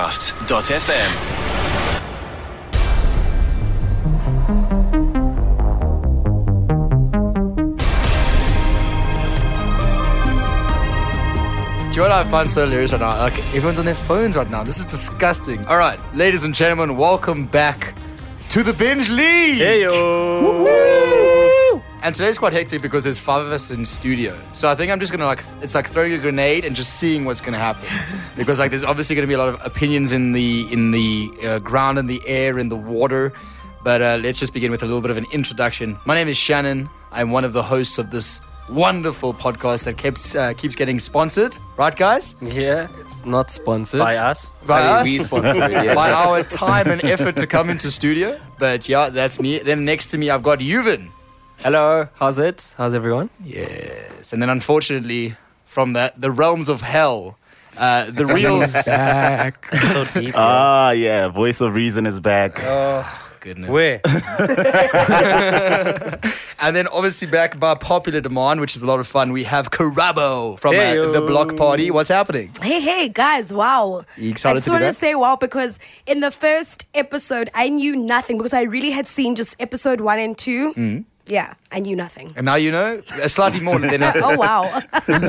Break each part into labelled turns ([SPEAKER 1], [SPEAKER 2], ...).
[SPEAKER 1] livepodcasts.fm.
[SPEAKER 2] Do you know what I find so hilarious right now? Like everyone's on their phones right now. This is disgusting. All right, ladies and gentlemen, welcome back to the binge league. Hey yo. And today's quite hectic because there's five of us in studio. So I think I'm just gonna like it's like throwing a grenade and just seeing what's gonna happen. because like there's obviously gonna be a lot of opinions in the in the uh, ground, in the air, in the water. But uh, let's just begin with a little bit of an introduction. My name is Shannon. I'm one of the hosts of this wonderful podcast that keeps uh, keeps getting sponsored, right, guys?
[SPEAKER 3] Yeah, it's not sponsored.
[SPEAKER 4] by us.
[SPEAKER 2] By
[SPEAKER 3] I mean,
[SPEAKER 2] us.
[SPEAKER 3] we sponsored it, yeah.
[SPEAKER 2] by our time and effort to come into studio. But yeah, that's me. Then next to me, I've got Yuvin.
[SPEAKER 3] Hello, how's it? How's everyone?
[SPEAKER 2] Yes. And then unfortunately, from that, the realms of hell, uh, the real.
[SPEAKER 4] So deep.
[SPEAKER 5] Ah, yeah, Voice of Reason is back.
[SPEAKER 2] Goodness.
[SPEAKER 4] Where?
[SPEAKER 2] And then obviously back by popular demand, which is a lot of fun, we have Karabo from uh,
[SPEAKER 4] Heyo.
[SPEAKER 2] the block party. What's happening?
[SPEAKER 6] Hey, hey, guys, wow.
[SPEAKER 2] You excited
[SPEAKER 6] I just
[SPEAKER 2] to be
[SPEAKER 6] wanted
[SPEAKER 2] back?
[SPEAKER 6] to say wow because in the first episode, I knew nothing because I really had seen just episode one and 2
[SPEAKER 2] Mm.
[SPEAKER 6] Yeah, I knew nothing.
[SPEAKER 2] And now you know uh, slightly more than nothing.
[SPEAKER 6] oh, wow.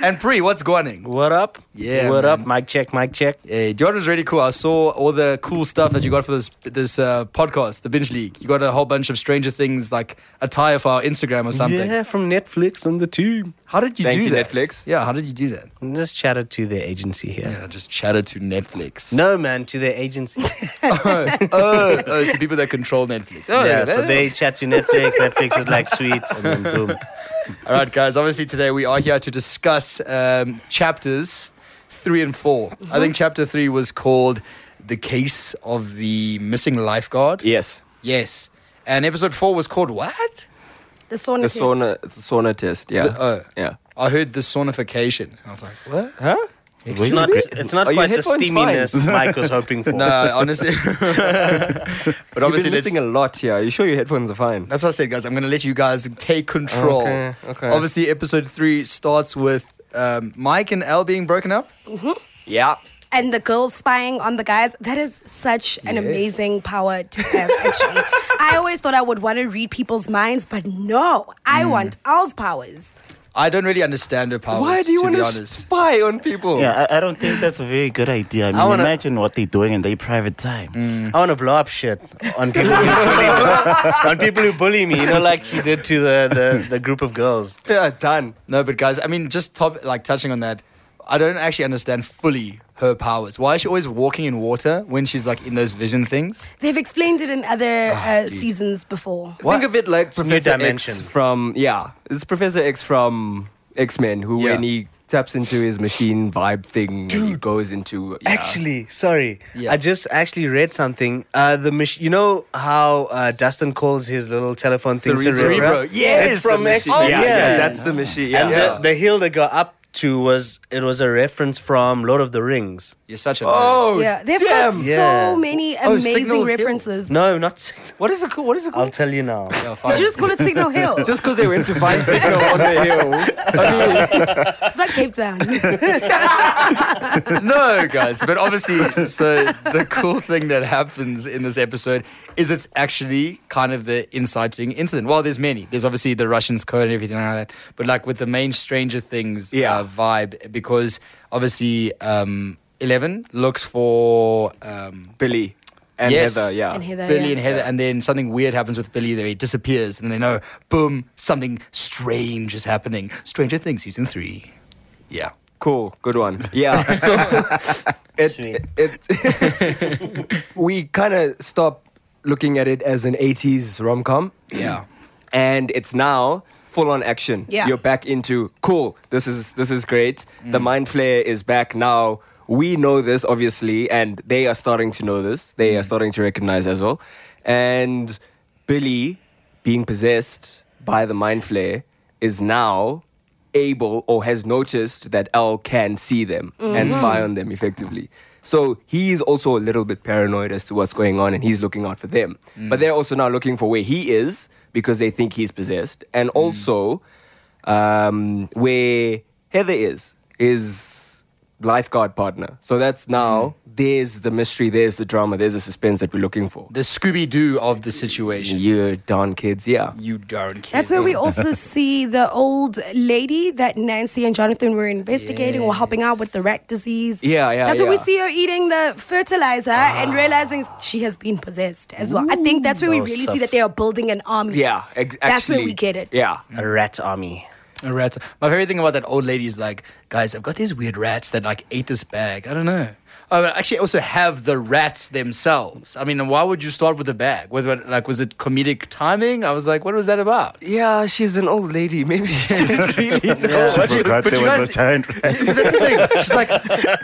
[SPEAKER 2] And Pri, what's going on?
[SPEAKER 4] What up?
[SPEAKER 2] Yeah,
[SPEAKER 4] What
[SPEAKER 2] man.
[SPEAKER 4] up? Mic check, mic check.
[SPEAKER 2] Hey, do you know what was really cool? I saw all the cool stuff that you got for this this uh, podcast, the Binge League. You got a whole bunch of Stranger Things like attire for our Instagram or something.
[SPEAKER 4] Yeah, from Netflix on the team.
[SPEAKER 2] How did you
[SPEAKER 3] Thank
[SPEAKER 2] do
[SPEAKER 3] you,
[SPEAKER 2] that?
[SPEAKER 3] Netflix.
[SPEAKER 2] Yeah, how did you do that?
[SPEAKER 4] I just chatted to the agency here.
[SPEAKER 2] Yeah, just chatted to Netflix.
[SPEAKER 4] No, man, to the agency.
[SPEAKER 2] oh, oh, oh, so people that control Netflix. Oh,
[SPEAKER 4] yeah, so
[SPEAKER 2] that-
[SPEAKER 4] they chat to Netflix. Netflix is like, sweet. And then boom.
[SPEAKER 2] All right, guys. Obviously, today we are here to discuss um, chapters three and 4 I think chapter three was called "The Case of the Missing Lifeguard."
[SPEAKER 3] Yes.
[SPEAKER 2] Yes, and episode four was called what?
[SPEAKER 6] the sauna.
[SPEAKER 3] The
[SPEAKER 6] test.
[SPEAKER 3] sauna, Uh, it's a sauna test. Yeah.
[SPEAKER 2] The- oh.
[SPEAKER 3] yeah.
[SPEAKER 2] I heard the saunification. And I was like, what?
[SPEAKER 3] Huh?
[SPEAKER 4] It's not, it's not
[SPEAKER 3] Are your
[SPEAKER 4] quite the
[SPEAKER 3] headphones
[SPEAKER 4] steaminess Mike was hoping for.
[SPEAKER 2] No, honestly. but
[SPEAKER 3] You've
[SPEAKER 2] obviously,
[SPEAKER 3] been
[SPEAKER 2] let's,
[SPEAKER 3] missing a lot here. Are you sure your headphones are fine?
[SPEAKER 2] that's what I said, guys. I'm going to let you guys take control.
[SPEAKER 3] Okay, okay.
[SPEAKER 2] Obviously, episode three starts with um, Mike and L being broken up.
[SPEAKER 3] Yeah.
[SPEAKER 6] And the girls spying on the guys. That is such an amazing power to have, actually. I always thought I would want to read people's minds, but no, I
[SPEAKER 2] Mm.
[SPEAKER 6] want Al's powers.
[SPEAKER 2] I don't really understand her powers.
[SPEAKER 3] Why do you
[SPEAKER 2] to
[SPEAKER 3] want
[SPEAKER 2] be
[SPEAKER 3] to
[SPEAKER 2] honest?
[SPEAKER 3] spy on people?
[SPEAKER 5] Yeah, I, I don't think that's a very good idea. I mean,
[SPEAKER 4] wanna-
[SPEAKER 5] imagine what they're doing in their private time.
[SPEAKER 4] I want to blow up shit on people, who bully, on people who bully me, you know, like she did to the, the, the group of girls.
[SPEAKER 3] Yeah, done.
[SPEAKER 2] No, but guys, I mean, just top like touching on that, I don't actually understand fully her powers. Why is she always walking in water when she's like in those vision things?
[SPEAKER 6] They've explained it in other
[SPEAKER 2] Ah,
[SPEAKER 6] uh, seasons before.
[SPEAKER 3] Think of it like
[SPEAKER 4] new
[SPEAKER 3] Professor X
[SPEAKER 4] dimension.
[SPEAKER 3] from yeah. It's Professor X from X Men who
[SPEAKER 2] Yeah.
[SPEAKER 3] when he taps into his machine vibe thing he goes into yeah.
[SPEAKER 4] Actually, sorry,
[SPEAKER 2] Yeah.
[SPEAKER 4] I just actually read something. Uh, the mach- you know how uh, Dustin calls his little telephone thing
[SPEAKER 3] Cerebro.
[SPEAKER 4] Cerebro.
[SPEAKER 2] Cerebro. Yes,
[SPEAKER 4] it's from
[SPEAKER 2] the
[SPEAKER 4] X.
[SPEAKER 2] machine.
[SPEAKER 4] Men.
[SPEAKER 3] yeah,
[SPEAKER 4] yeah.
[SPEAKER 3] that's the machine.
[SPEAKER 4] and
[SPEAKER 3] Yeah.
[SPEAKER 4] the, the hill they got up to was it was a reference from Lord of the Rings.
[SPEAKER 2] You're such a nerd.
[SPEAKER 3] Oh
[SPEAKER 6] Yeah, they've
[SPEAKER 3] damn.
[SPEAKER 6] got
[SPEAKER 4] Yeah.
[SPEAKER 6] so many
[SPEAKER 2] Oh, Signal Hill.
[SPEAKER 6] amazing references.
[SPEAKER 4] No, not.
[SPEAKER 3] What is it called? What is it
[SPEAKER 4] I'll
[SPEAKER 3] called?
[SPEAKER 4] tell you now.
[SPEAKER 2] Yeah, fine.
[SPEAKER 6] You should just call it Signal Hill.
[SPEAKER 3] Just because they went to find signal on the hill.
[SPEAKER 6] It's not Cape Town.
[SPEAKER 2] no, guys, but obviously, so the cool thing that happens in this episode is it's actually kind of the inciting incident. Well, there's many. There's obviously the Russians code and everything like that, but like with the main Stranger Things
[SPEAKER 3] Yeah.
[SPEAKER 2] uh, vibe, because obviously um, Eleven looks for um,
[SPEAKER 3] Billy and
[SPEAKER 2] Yes.
[SPEAKER 3] Heather. Yeah.
[SPEAKER 6] And Heather,
[SPEAKER 2] Billy
[SPEAKER 6] yeah.
[SPEAKER 2] and Heather, and then something weird happens with Billy. There he disappears, and they know, boom, something strange is happening. Stranger Things season three. Yeah.
[SPEAKER 3] Cool. Good one. Yeah. So it,
[SPEAKER 4] Sweet.
[SPEAKER 3] it we kind of stop looking at it as an 80s rom com.
[SPEAKER 2] Yeah.
[SPEAKER 3] And it's now full on action.
[SPEAKER 6] Yeah.
[SPEAKER 3] You're back into cool. This is this is great. The mind flare is back now. We know this obviously, and they are starting to know this. They are starting to recognize as well. And Billy, being possessed by the mind flare, is now able or has noticed that L can see them
[SPEAKER 6] Mm-hmm.
[SPEAKER 3] and spy on them effectively. So he is also a little bit paranoid as to what's going on and he's looking out for them.
[SPEAKER 6] Mm.
[SPEAKER 3] But they're also now looking for where he is because they think he's possessed.
[SPEAKER 6] Mm.
[SPEAKER 3] And also um, where Heather is, is lifeguard partner. So that's
[SPEAKER 6] Mm.
[SPEAKER 3] now there's the mystery, there's the drama, there's the suspense that we're looking for.
[SPEAKER 2] The Scooby Doo of the situation.
[SPEAKER 3] You darn kids, yeah.
[SPEAKER 2] You darn kids.
[SPEAKER 6] That's where we also see the old lady that Nancy and Jonathan were investigating or helping out with the rat disease.
[SPEAKER 3] Yeah, yeah,
[SPEAKER 6] That's where we
[SPEAKER 3] yeah. Ah.
[SPEAKER 6] see her eating the fertilizer and realizing she has been possessed as well. I think that's where we
[SPEAKER 4] Those
[SPEAKER 6] really
[SPEAKER 4] stuff.
[SPEAKER 6] see that they are building an army.
[SPEAKER 3] Yeah, ex-
[SPEAKER 6] That's where
[SPEAKER 3] actually-
[SPEAKER 6] we get it.
[SPEAKER 3] Yeah.
[SPEAKER 4] A rat army.
[SPEAKER 2] A rat. My favorite thing about that old lady is like, guys, I've got these weird rats that like ate this bag. I don't know. I actually also have the rats themselves. I mean, why would you start with the bag? Was it like was it comedic timing? I was like, what was that about?
[SPEAKER 3] Yeah, she's an old lady. Maybe she didn't really know.
[SPEAKER 5] She
[SPEAKER 2] you-
[SPEAKER 5] forgot
[SPEAKER 2] but
[SPEAKER 5] there
[SPEAKER 2] you guys-
[SPEAKER 5] was a giant rat.
[SPEAKER 2] But That's the thing. She's like,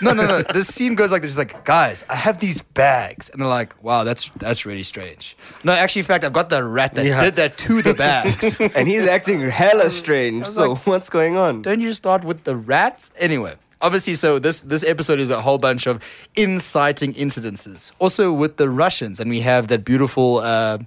[SPEAKER 2] no, no, no. The scene goes like this. She's like, guys, I have these bags, and they're like, wow, that's that's really strange. No, actually, in fact, I've got the rat that
[SPEAKER 4] Yeah.
[SPEAKER 2] did that to the bags.
[SPEAKER 3] and he's acting hella strange. So what's going on?
[SPEAKER 2] Don't you start with the rats? Anyway, obviously, so this this episode is a whole bunch of inciting incidences. Also with the Russians, and we have that beautiful uh,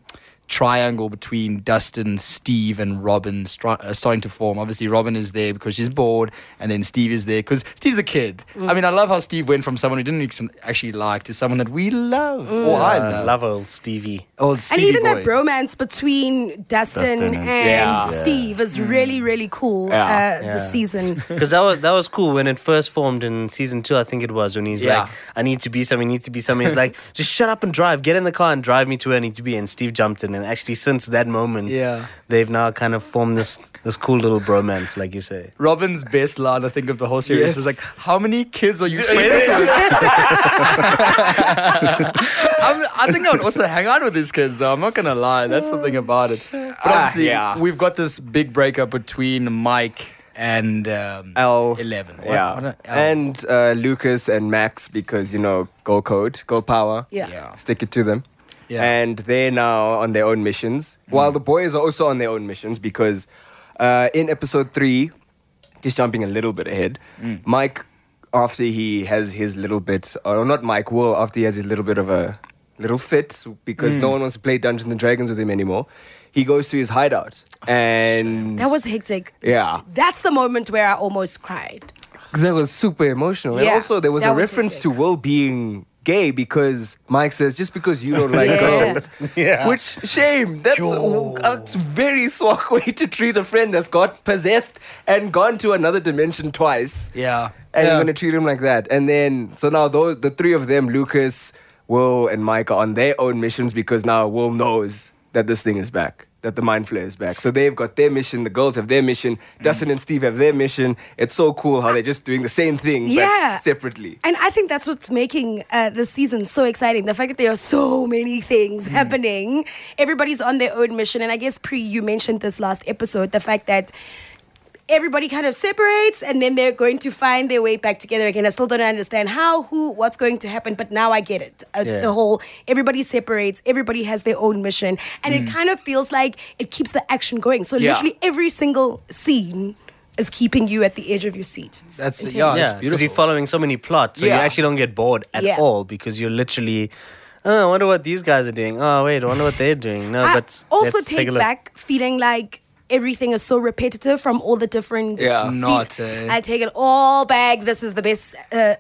[SPEAKER 2] triangle between Dustin, Steve, and Robin stri- uh, starting to form. Obviously, Robin is there because she's bored, and then Steve is there because Steve's a kid. I mean, I love how Steve went from someone who didn't ex- actually like to someone that we love or I
[SPEAKER 4] I
[SPEAKER 2] love.
[SPEAKER 4] love old Uh, Stevie.
[SPEAKER 2] Old
[SPEAKER 6] Mm. And
[SPEAKER 2] Stevie
[SPEAKER 6] even
[SPEAKER 2] boy.
[SPEAKER 6] that bromance between Dustin,
[SPEAKER 5] Dustin and-
[SPEAKER 6] and
[SPEAKER 3] Yeah. Mm.
[SPEAKER 6] Steve is really, really cool
[SPEAKER 3] Yeah.
[SPEAKER 6] uh,
[SPEAKER 4] Yeah.
[SPEAKER 6] this season.
[SPEAKER 4] Because that was that was cool when it first formed in season two, I think it was when he's
[SPEAKER 3] Yeah.
[SPEAKER 4] like, "I need to be something, need to be something." He's like, "Just shut up and drive. Get in the car and drive me to where I need to be." And Steve jumped in, and actually, since that moment,
[SPEAKER 2] Yeah.
[SPEAKER 4] they've now kind of formed this this cool little bromance, like you say.
[SPEAKER 2] Robin's best line, I think, of the whole series
[SPEAKER 3] Yes.
[SPEAKER 2] is like, "How many kids are you friends with?" I'm, I think I would also hang out with these kids, though. I'm not gonna lie, that's the thing about it. But
[SPEAKER 3] Ah,
[SPEAKER 2] obviously,
[SPEAKER 3] yeah.
[SPEAKER 2] we've got this big breakup between Mike and um,
[SPEAKER 3] L
[SPEAKER 2] Eleven. What-
[SPEAKER 3] Yeah,
[SPEAKER 2] what a- L.
[SPEAKER 3] and uh, Lucas and Max because you know go code, go power.
[SPEAKER 6] Yeah.
[SPEAKER 2] Yeah.
[SPEAKER 3] stick it to them.
[SPEAKER 2] Yeah. Mm.
[SPEAKER 3] and they're now on their own missions. While the boys are also on their own missions because uh, in episode three, just jumping a little bit ahead,
[SPEAKER 2] Mm.
[SPEAKER 3] Mike after he has his little bit, or not Mike Will after he has his little bit of a little fit
[SPEAKER 2] Mm.
[SPEAKER 3] because no one wants to play Dungeons and Dragons with him anymore. He goes to his hideout
[SPEAKER 2] Oh,
[SPEAKER 3] and
[SPEAKER 6] That was hectic.
[SPEAKER 3] yeah.
[SPEAKER 6] That's the moment where I almost cried.
[SPEAKER 3] Because that was super emotional. And
[SPEAKER 6] Yeah,
[SPEAKER 3] also, there was
[SPEAKER 6] that
[SPEAKER 3] a
[SPEAKER 6] was
[SPEAKER 3] reference
[SPEAKER 6] hectic.
[SPEAKER 3] to Will being gay because Mike says, just because you don't like
[SPEAKER 6] Yeah.
[SPEAKER 3] girls.
[SPEAKER 4] Yeah.
[SPEAKER 3] Which, shame. That's a, that's a very swag way to treat a friend that's got possessed and gone to another dimension twice.
[SPEAKER 2] Yeah. Yeah.
[SPEAKER 3] And you're going to treat him like that. And then, so now those, the three of them, Lucas, Will, and Mike, are on their own missions because now Will knows that this thing is back. That the mind flare is back. So they've got their mission, the girls have their mission,
[SPEAKER 2] Mm.
[SPEAKER 3] Dustin and Steve have their mission. It's so cool how they're just doing the same thing
[SPEAKER 6] Yeah.
[SPEAKER 3] but separately.
[SPEAKER 6] And I think that's what's making uh, this season so exciting. The fact that there are so many things happening. Everybody's on their own mission. And I guess, Pre, you mentioned this last episode the fact that everybody kind of separates and then they're going to find their way back together again. I still don't understand how, who, what's going to happen, but now I get it. Uh,
[SPEAKER 4] Yeah.
[SPEAKER 6] The whole everybody separates, everybody has their own mission. And it kind of feels like it keeps the action going. So,
[SPEAKER 3] Yeah.
[SPEAKER 6] literally, every single scene. Is keeping you at the edge of your seat. It's
[SPEAKER 2] That's-
[SPEAKER 6] intense.
[SPEAKER 2] yeah,
[SPEAKER 4] yeah, because you're
[SPEAKER 2] beautiful.
[SPEAKER 4] following so many plots, so you
[SPEAKER 3] Yeah.
[SPEAKER 4] actually don't get bored at
[SPEAKER 6] Yeah.
[SPEAKER 4] all because you're literally. Oh, I wonder what these guys are doing. Oh, wait, I wonder what they're doing. No,
[SPEAKER 6] I
[SPEAKER 4] but
[SPEAKER 6] also
[SPEAKER 4] let's
[SPEAKER 6] take,
[SPEAKER 4] a look.
[SPEAKER 6] back feeling like everything is so repetitive from all the different.
[SPEAKER 3] Yeah.
[SPEAKER 6] se-
[SPEAKER 2] Not, eh?
[SPEAKER 6] I take it all back. This is the best uh,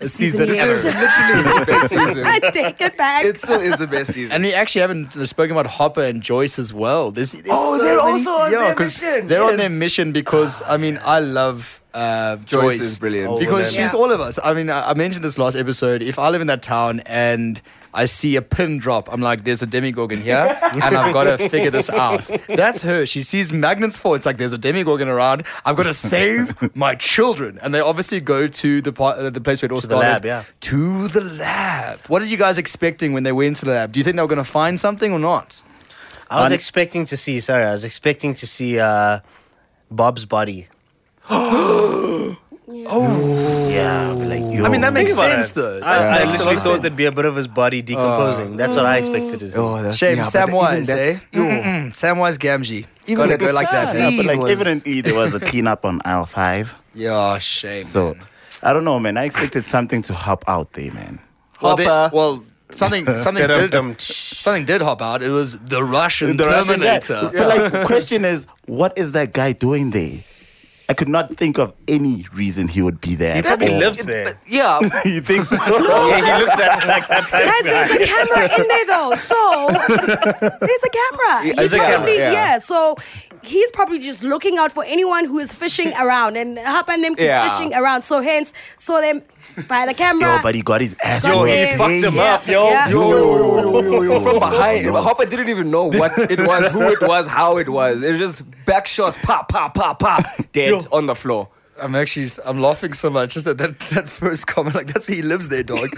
[SPEAKER 2] season
[SPEAKER 6] season, yet.
[SPEAKER 2] ever.
[SPEAKER 3] Literally the best season.
[SPEAKER 6] I take it back.
[SPEAKER 3] It still is the best season.
[SPEAKER 2] And we actually haven't spoken about Hopper and Joyce as well. There's, there's
[SPEAKER 3] Oh,
[SPEAKER 2] so
[SPEAKER 3] they're
[SPEAKER 2] many-
[SPEAKER 3] also on their
[SPEAKER 2] 'cause
[SPEAKER 3] mission,
[SPEAKER 2] They're on their
[SPEAKER 3] yes.
[SPEAKER 2] mission because I mean I love uh, Joyce.
[SPEAKER 3] is brilliant.
[SPEAKER 2] because
[SPEAKER 6] Yeah.
[SPEAKER 2] she's all of us. I mean, I, I mentioned this last episode. If I live in that town and I see a pin drop, I'm like, "There's a demigorgon here, and I've got to figure this out." That's her. She sees magnets fall. It's like there's a demigorgon around. I've got to save my children, and they obviously go to the part, uh, the place where it all
[SPEAKER 4] the
[SPEAKER 2] started.
[SPEAKER 4] lab, yeah.
[SPEAKER 2] To the lab. What are you guys expecting when they went to the lab? Do you think they were going to find something or not?
[SPEAKER 4] I was
[SPEAKER 2] Un-
[SPEAKER 4] expecting to see. Sorry, I was expecting to see uh, Bob's body.
[SPEAKER 5] Yeah, I'll be like, yo.
[SPEAKER 2] I mean, that makes
[SPEAKER 4] Think about
[SPEAKER 2] sense,
[SPEAKER 4] it.
[SPEAKER 2] though.
[SPEAKER 4] I,
[SPEAKER 2] That makes a lot
[SPEAKER 4] I literally
[SPEAKER 2] of
[SPEAKER 4] thought
[SPEAKER 2] sense.
[SPEAKER 4] there'd be a bit of his body decomposing. That's what I expected to see.
[SPEAKER 3] that's-
[SPEAKER 2] Shame,
[SPEAKER 3] yeah, but that- even
[SPEAKER 2] Samwise, eh?
[SPEAKER 3] that's- Mm.
[SPEAKER 2] Mm, Samwise Gamgee.
[SPEAKER 3] Even
[SPEAKER 2] Gotta
[SPEAKER 3] at
[SPEAKER 2] go
[SPEAKER 3] the
[SPEAKER 2] like that.
[SPEAKER 5] Yeah, but like,
[SPEAKER 3] was-
[SPEAKER 5] evidently there was a cleanup on aisle five.
[SPEAKER 2] Yeah, shame.
[SPEAKER 5] So, I don't know, man. I expected something to hop out there, man.
[SPEAKER 2] well, they-
[SPEAKER 3] Hopper.
[SPEAKER 2] well, something something did
[SPEAKER 4] Dum-dum-tsh.
[SPEAKER 2] something did hop out. It was the Russian
[SPEAKER 5] The Russian guy.
[SPEAKER 2] Terminator.
[SPEAKER 5] But like, the question is, what is that guy doing there? I could not think of any reason he would be there.
[SPEAKER 4] He
[SPEAKER 5] at
[SPEAKER 4] probably
[SPEAKER 5] all.
[SPEAKER 4] lives there.
[SPEAKER 3] Yeah,
[SPEAKER 5] you think so?
[SPEAKER 4] yeah, he looks at it like that type
[SPEAKER 6] Guys,
[SPEAKER 4] of guy.
[SPEAKER 6] there's a camera in there though. So there's a camera. He's
[SPEAKER 3] there's a camera,
[SPEAKER 6] probably
[SPEAKER 3] yeah.
[SPEAKER 6] yeah. So he's probably just looking out for anyone who is fishing around and Hap and them keep
[SPEAKER 3] Yeah.
[SPEAKER 6] fishing around. So hence saw them by the camera.
[SPEAKER 5] Yo, but he got his ass
[SPEAKER 6] Yo,
[SPEAKER 5] whooped.
[SPEAKER 6] he
[SPEAKER 4] fucked him
[SPEAKER 5] Hey.
[SPEAKER 4] up. yo.
[SPEAKER 3] yo, yo, yo, yo, yo, yo. from behind. Hopper didn't even know what it was, who it was, how it was. It was just back shot, pop, pop, pop, pop, dead
[SPEAKER 4] Yo.
[SPEAKER 3] on the floor.
[SPEAKER 2] I'm actually I'm laughing so much just at that, that first comment. Like that's he lives there, dog.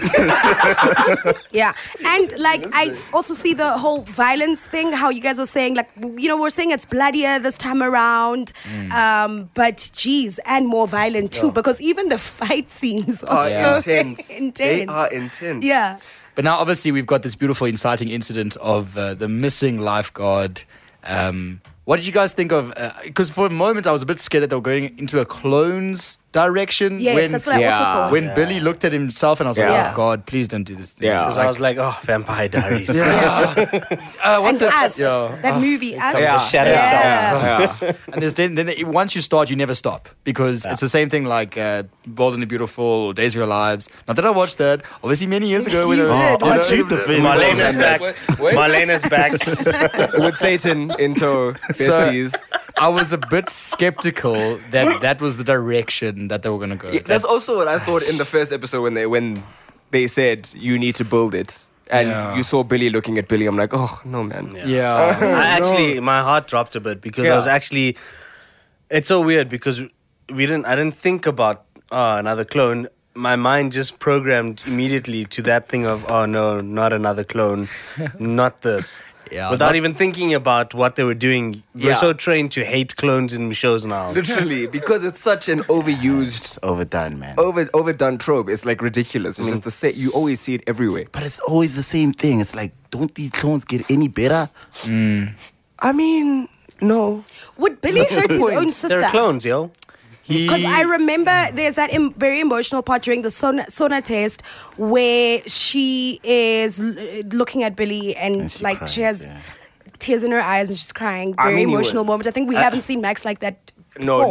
[SPEAKER 6] Yeah, and like I also see the whole violence thing. How you guys are saying, like you know, we're saying it's bloodier this time around, um, but geez, and more violent too, because even the fight scenes are
[SPEAKER 3] Are
[SPEAKER 6] so
[SPEAKER 3] intense. They
[SPEAKER 6] intense.
[SPEAKER 3] are intense.
[SPEAKER 6] Yeah,
[SPEAKER 2] but now obviously we've got this beautiful inciting incident of uh, the missing lifeguard. Um, what did you guys think of? Because for a moment I was a bit scared that they were going into a clones direction.
[SPEAKER 6] yes,
[SPEAKER 2] when,
[SPEAKER 6] that's what I
[SPEAKER 3] Yeah.
[SPEAKER 6] also thought.
[SPEAKER 2] when Billy looked at himself and I was like,
[SPEAKER 3] Yeah.
[SPEAKER 2] oh God, please don't do this. Thing.
[SPEAKER 3] Yeah.
[SPEAKER 2] It
[SPEAKER 4] I was like, oh, Vampire Diaries.
[SPEAKER 2] uh, what's
[SPEAKER 6] and
[SPEAKER 2] it?
[SPEAKER 6] us,
[SPEAKER 2] Yeah.
[SPEAKER 6] that movie, us.
[SPEAKER 4] It's a shadow
[SPEAKER 6] Yeah.
[SPEAKER 4] self.
[SPEAKER 3] Yeah.
[SPEAKER 2] and there's then, then it- once you start, you never stop because it's the same thing like uh, Bold and the Beautiful or Days of Your Lives. Not that I watched that, obviously many years ago. when
[SPEAKER 6] You
[SPEAKER 2] I-
[SPEAKER 6] did.
[SPEAKER 2] you
[SPEAKER 5] Oh,
[SPEAKER 2] know,
[SPEAKER 5] cheat the film.
[SPEAKER 4] Marlena's back.
[SPEAKER 2] Wait.
[SPEAKER 4] Marlena's back.
[SPEAKER 3] With Satan in tow,
[SPEAKER 2] So-
[SPEAKER 3] besties.
[SPEAKER 2] I was a bit skeptical that that was the direction that they were going to go.
[SPEAKER 3] Yeah, that's also what I thought in the first episode when they when they said you need to build it, and
[SPEAKER 2] Yeah.
[SPEAKER 3] you saw Billy looking at Billy. I'm like, oh no, man.
[SPEAKER 2] yeah. Uh,
[SPEAKER 4] I actually, my heart dropped a bit because I
[SPEAKER 3] Yeah.
[SPEAKER 4] was actually. It's so weird because we didn't. I didn't think about oh, another clone. My mind just programmed immediately to that thing of oh no, not another clone, not this.
[SPEAKER 2] Yeah,
[SPEAKER 4] Without
[SPEAKER 2] not-
[SPEAKER 4] even thinking about what they were doing, we're
[SPEAKER 3] Yeah.
[SPEAKER 4] so trained to hate clones in shows now.
[SPEAKER 3] Literally, because it's such an overused,
[SPEAKER 5] Overdone, man.
[SPEAKER 3] over overdone trope. It's like ridiculous. It's
[SPEAKER 2] Mm-hmm.
[SPEAKER 3] just the same. You always see it everywhere.
[SPEAKER 5] But it's always the same thing. It's like, don't these clones get any better?
[SPEAKER 3] I mean, no.
[SPEAKER 6] Would Billy hurt his own sister?
[SPEAKER 4] They're clones, yo.
[SPEAKER 2] He-
[SPEAKER 6] Because I remember there's that em- very emotional part during the sona, sona test where she is l- looking at Billy and,
[SPEAKER 5] And she
[SPEAKER 6] like she
[SPEAKER 5] cries,
[SPEAKER 6] has
[SPEAKER 5] yeah.
[SPEAKER 6] tears in her eyes and she's crying.
[SPEAKER 3] I
[SPEAKER 6] Very
[SPEAKER 3] mean, you
[SPEAKER 6] emotional
[SPEAKER 3] would.
[SPEAKER 6] moment. I think we haven't seen Max like that.
[SPEAKER 3] No,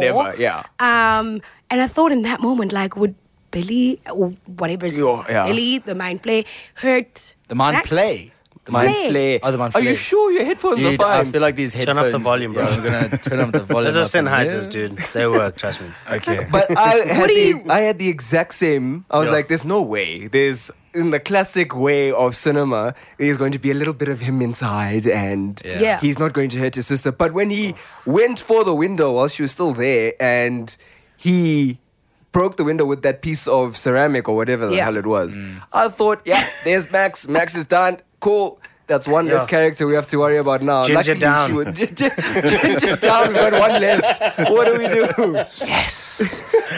[SPEAKER 6] before.
[SPEAKER 3] never, yeah.
[SPEAKER 6] Um, and I thought in that moment, like, would Billy, or whatever, his
[SPEAKER 3] Yo,
[SPEAKER 6] name is,
[SPEAKER 3] yeah.
[SPEAKER 6] Billy, the mind play, hurt
[SPEAKER 2] the mind
[SPEAKER 6] Max?
[SPEAKER 2] play.
[SPEAKER 3] Mind
[SPEAKER 6] Flay.
[SPEAKER 3] flay.
[SPEAKER 2] Oh, the mind
[SPEAKER 3] Are
[SPEAKER 2] flay.
[SPEAKER 3] you sure your headphones
[SPEAKER 2] Dude,
[SPEAKER 3] are
[SPEAKER 2] I
[SPEAKER 3] fine?
[SPEAKER 2] feel like these headphones.
[SPEAKER 4] Turn up the volume, bro.
[SPEAKER 2] Yeah, I'm going to turn up the volume.
[SPEAKER 4] Those are
[SPEAKER 2] up in
[SPEAKER 4] Sennheisers,
[SPEAKER 2] here.
[SPEAKER 4] dude. They work, trust me.
[SPEAKER 2] Okay.
[SPEAKER 3] But I had,
[SPEAKER 6] do
[SPEAKER 3] the,
[SPEAKER 6] you-
[SPEAKER 3] I had the exact same. I was
[SPEAKER 4] Yeah.
[SPEAKER 3] like, there's no way. There's in the classic way of cinema, there's going to be a little bit of him inside, and
[SPEAKER 2] Yeah.
[SPEAKER 6] Yeah.
[SPEAKER 3] he's not going to hurt his sister. But when he went for the window while she was still there, and he broke the window with that piece of ceramic or whatever the
[SPEAKER 6] Yeah.
[SPEAKER 3] hell it was, I thought, yeah, there's Max. Max is done. Cool. That's one less
[SPEAKER 4] Yeah.
[SPEAKER 3] character we have to worry about now.
[SPEAKER 4] Ginger
[SPEAKER 3] Luckily,
[SPEAKER 4] down.
[SPEAKER 3] She would, ginger down. We've got one less. What do we do?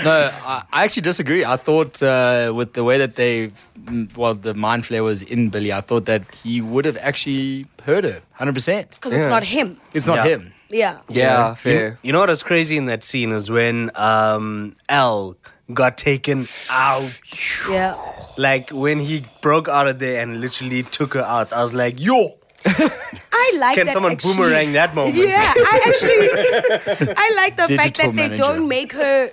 [SPEAKER 2] No, I, I actually disagree. I thought uh, with the way that they, mm, well, the mind flare was in Billy. I thought that he would have actually heard her, hundred percent.
[SPEAKER 6] Because it's not him.
[SPEAKER 2] It's not
[SPEAKER 4] Yeah.
[SPEAKER 2] him.
[SPEAKER 6] Yeah.
[SPEAKER 3] Yeah, fair.
[SPEAKER 4] You know what was crazy in that scene is when um, Al got taken out.
[SPEAKER 6] Yeah.
[SPEAKER 4] Like when he broke out of there and literally took her out, I was like, yo,
[SPEAKER 6] I like
[SPEAKER 4] Can
[SPEAKER 6] that
[SPEAKER 4] someone
[SPEAKER 6] actually-
[SPEAKER 4] boomerang that moment?
[SPEAKER 6] Yeah, I actually I like the fact
[SPEAKER 2] Digital
[SPEAKER 6] that they
[SPEAKER 2] manager.
[SPEAKER 6] don't make her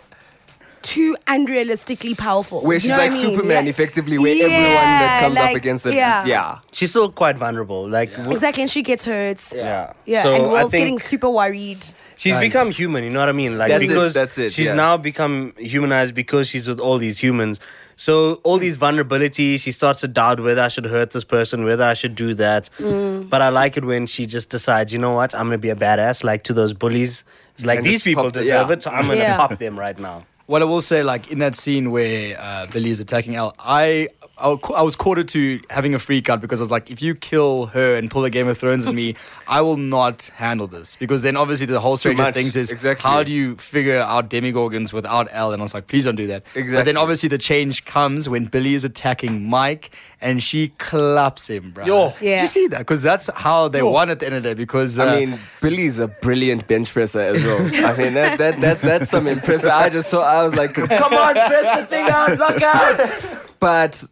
[SPEAKER 6] too unrealistically powerful.
[SPEAKER 3] Where
[SPEAKER 6] You
[SPEAKER 3] she's
[SPEAKER 6] know what
[SPEAKER 3] like
[SPEAKER 6] I mean?
[SPEAKER 3] Superman,
[SPEAKER 6] Yeah.
[SPEAKER 3] effectively, where
[SPEAKER 6] Yeah,
[SPEAKER 3] everyone that comes up
[SPEAKER 6] like,
[SPEAKER 3] against it,
[SPEAKER 6] yeah.
[SPEAKER 3] yeah,
[SPEAKER 4] she's still quite vulnerable. Like, w-
[SPEAKER 6] Exactly, and she gets hurt.
[SPEAKER 4] Yeah.
[SPEAKER 6] Yeah,
[SPEAKER 4] So
[SPEAKER 6] and
[SPEAKER 4] I
[SPEAKER 6] Will's
[SPEAKER 4] think-
[SPEAKER 6] getting super worried.
[SPEAKER 4] she's
[SPEAKER 2] Nice.
[SPEAKER 4] become human, you know what I mean? Like,
[SPEAKER 3] That's it,
[SPEAKER 4] because
[SPEAKER 3] that's it,
[SPEAKER 4] she's
[SPEAKER 3] yeah.
[SPEAKER 4] now become humanized because she's with all these humans. So, all these vulnerabilities, she starts to doubt whether I should hurt this person, whether I should do that. But I like it when she just decides, you know what, I'm going to be a badass, like to those bullies. It's like,
[SPEAKER 3] And
[SPEAKER 4] these
[SPEAKER 3] just
[SPEAKER 4] people
[SPEAKER 3] pop-
[SPEAKER 4] deserve
[SPEAKER 3] yeah.
[SPEAKER 4] it, so I'm going to
[SPEAKER 6] Yeah.
[SPEAKER 4] pop them right now.
[SPEAKER 2] What I will say, like in that scene where uh, Billy is attacking Al, I, I wa- I was quartered to having a freak out because I was like, if you kill her and pull a Game of Thrones on me, I will not handle this because then obviously the whole
[SPEAKER 3] It's too
[SPEAKER 2] Stranger
[SPEAKER 3] much.
[SPEAKER 2] Things is
[SPEAKER 3] Exactly.
[SPEAKER 2] how do you figure out Demigorgons without Al? And I was like, please don't do that. But
[SPEAKER 3] Exactly.
[SPEAKER 2] then obviously the change comes when Billy is attacking Mike and she claps him, bro.
[SPEAKER 4] Yo.
[SPEAKER 2] Did
[SPEAKER 6] Yeah.
[SPEAKER 2] you see that? Because that's how they won at the end of the day. Because uh,
[SPEAKER 3] I mean, Billy's a brilliant bench presser as well. I mean, that, that, that that's some impressive. I just told, I was like, come on, press the thing out, knock out. But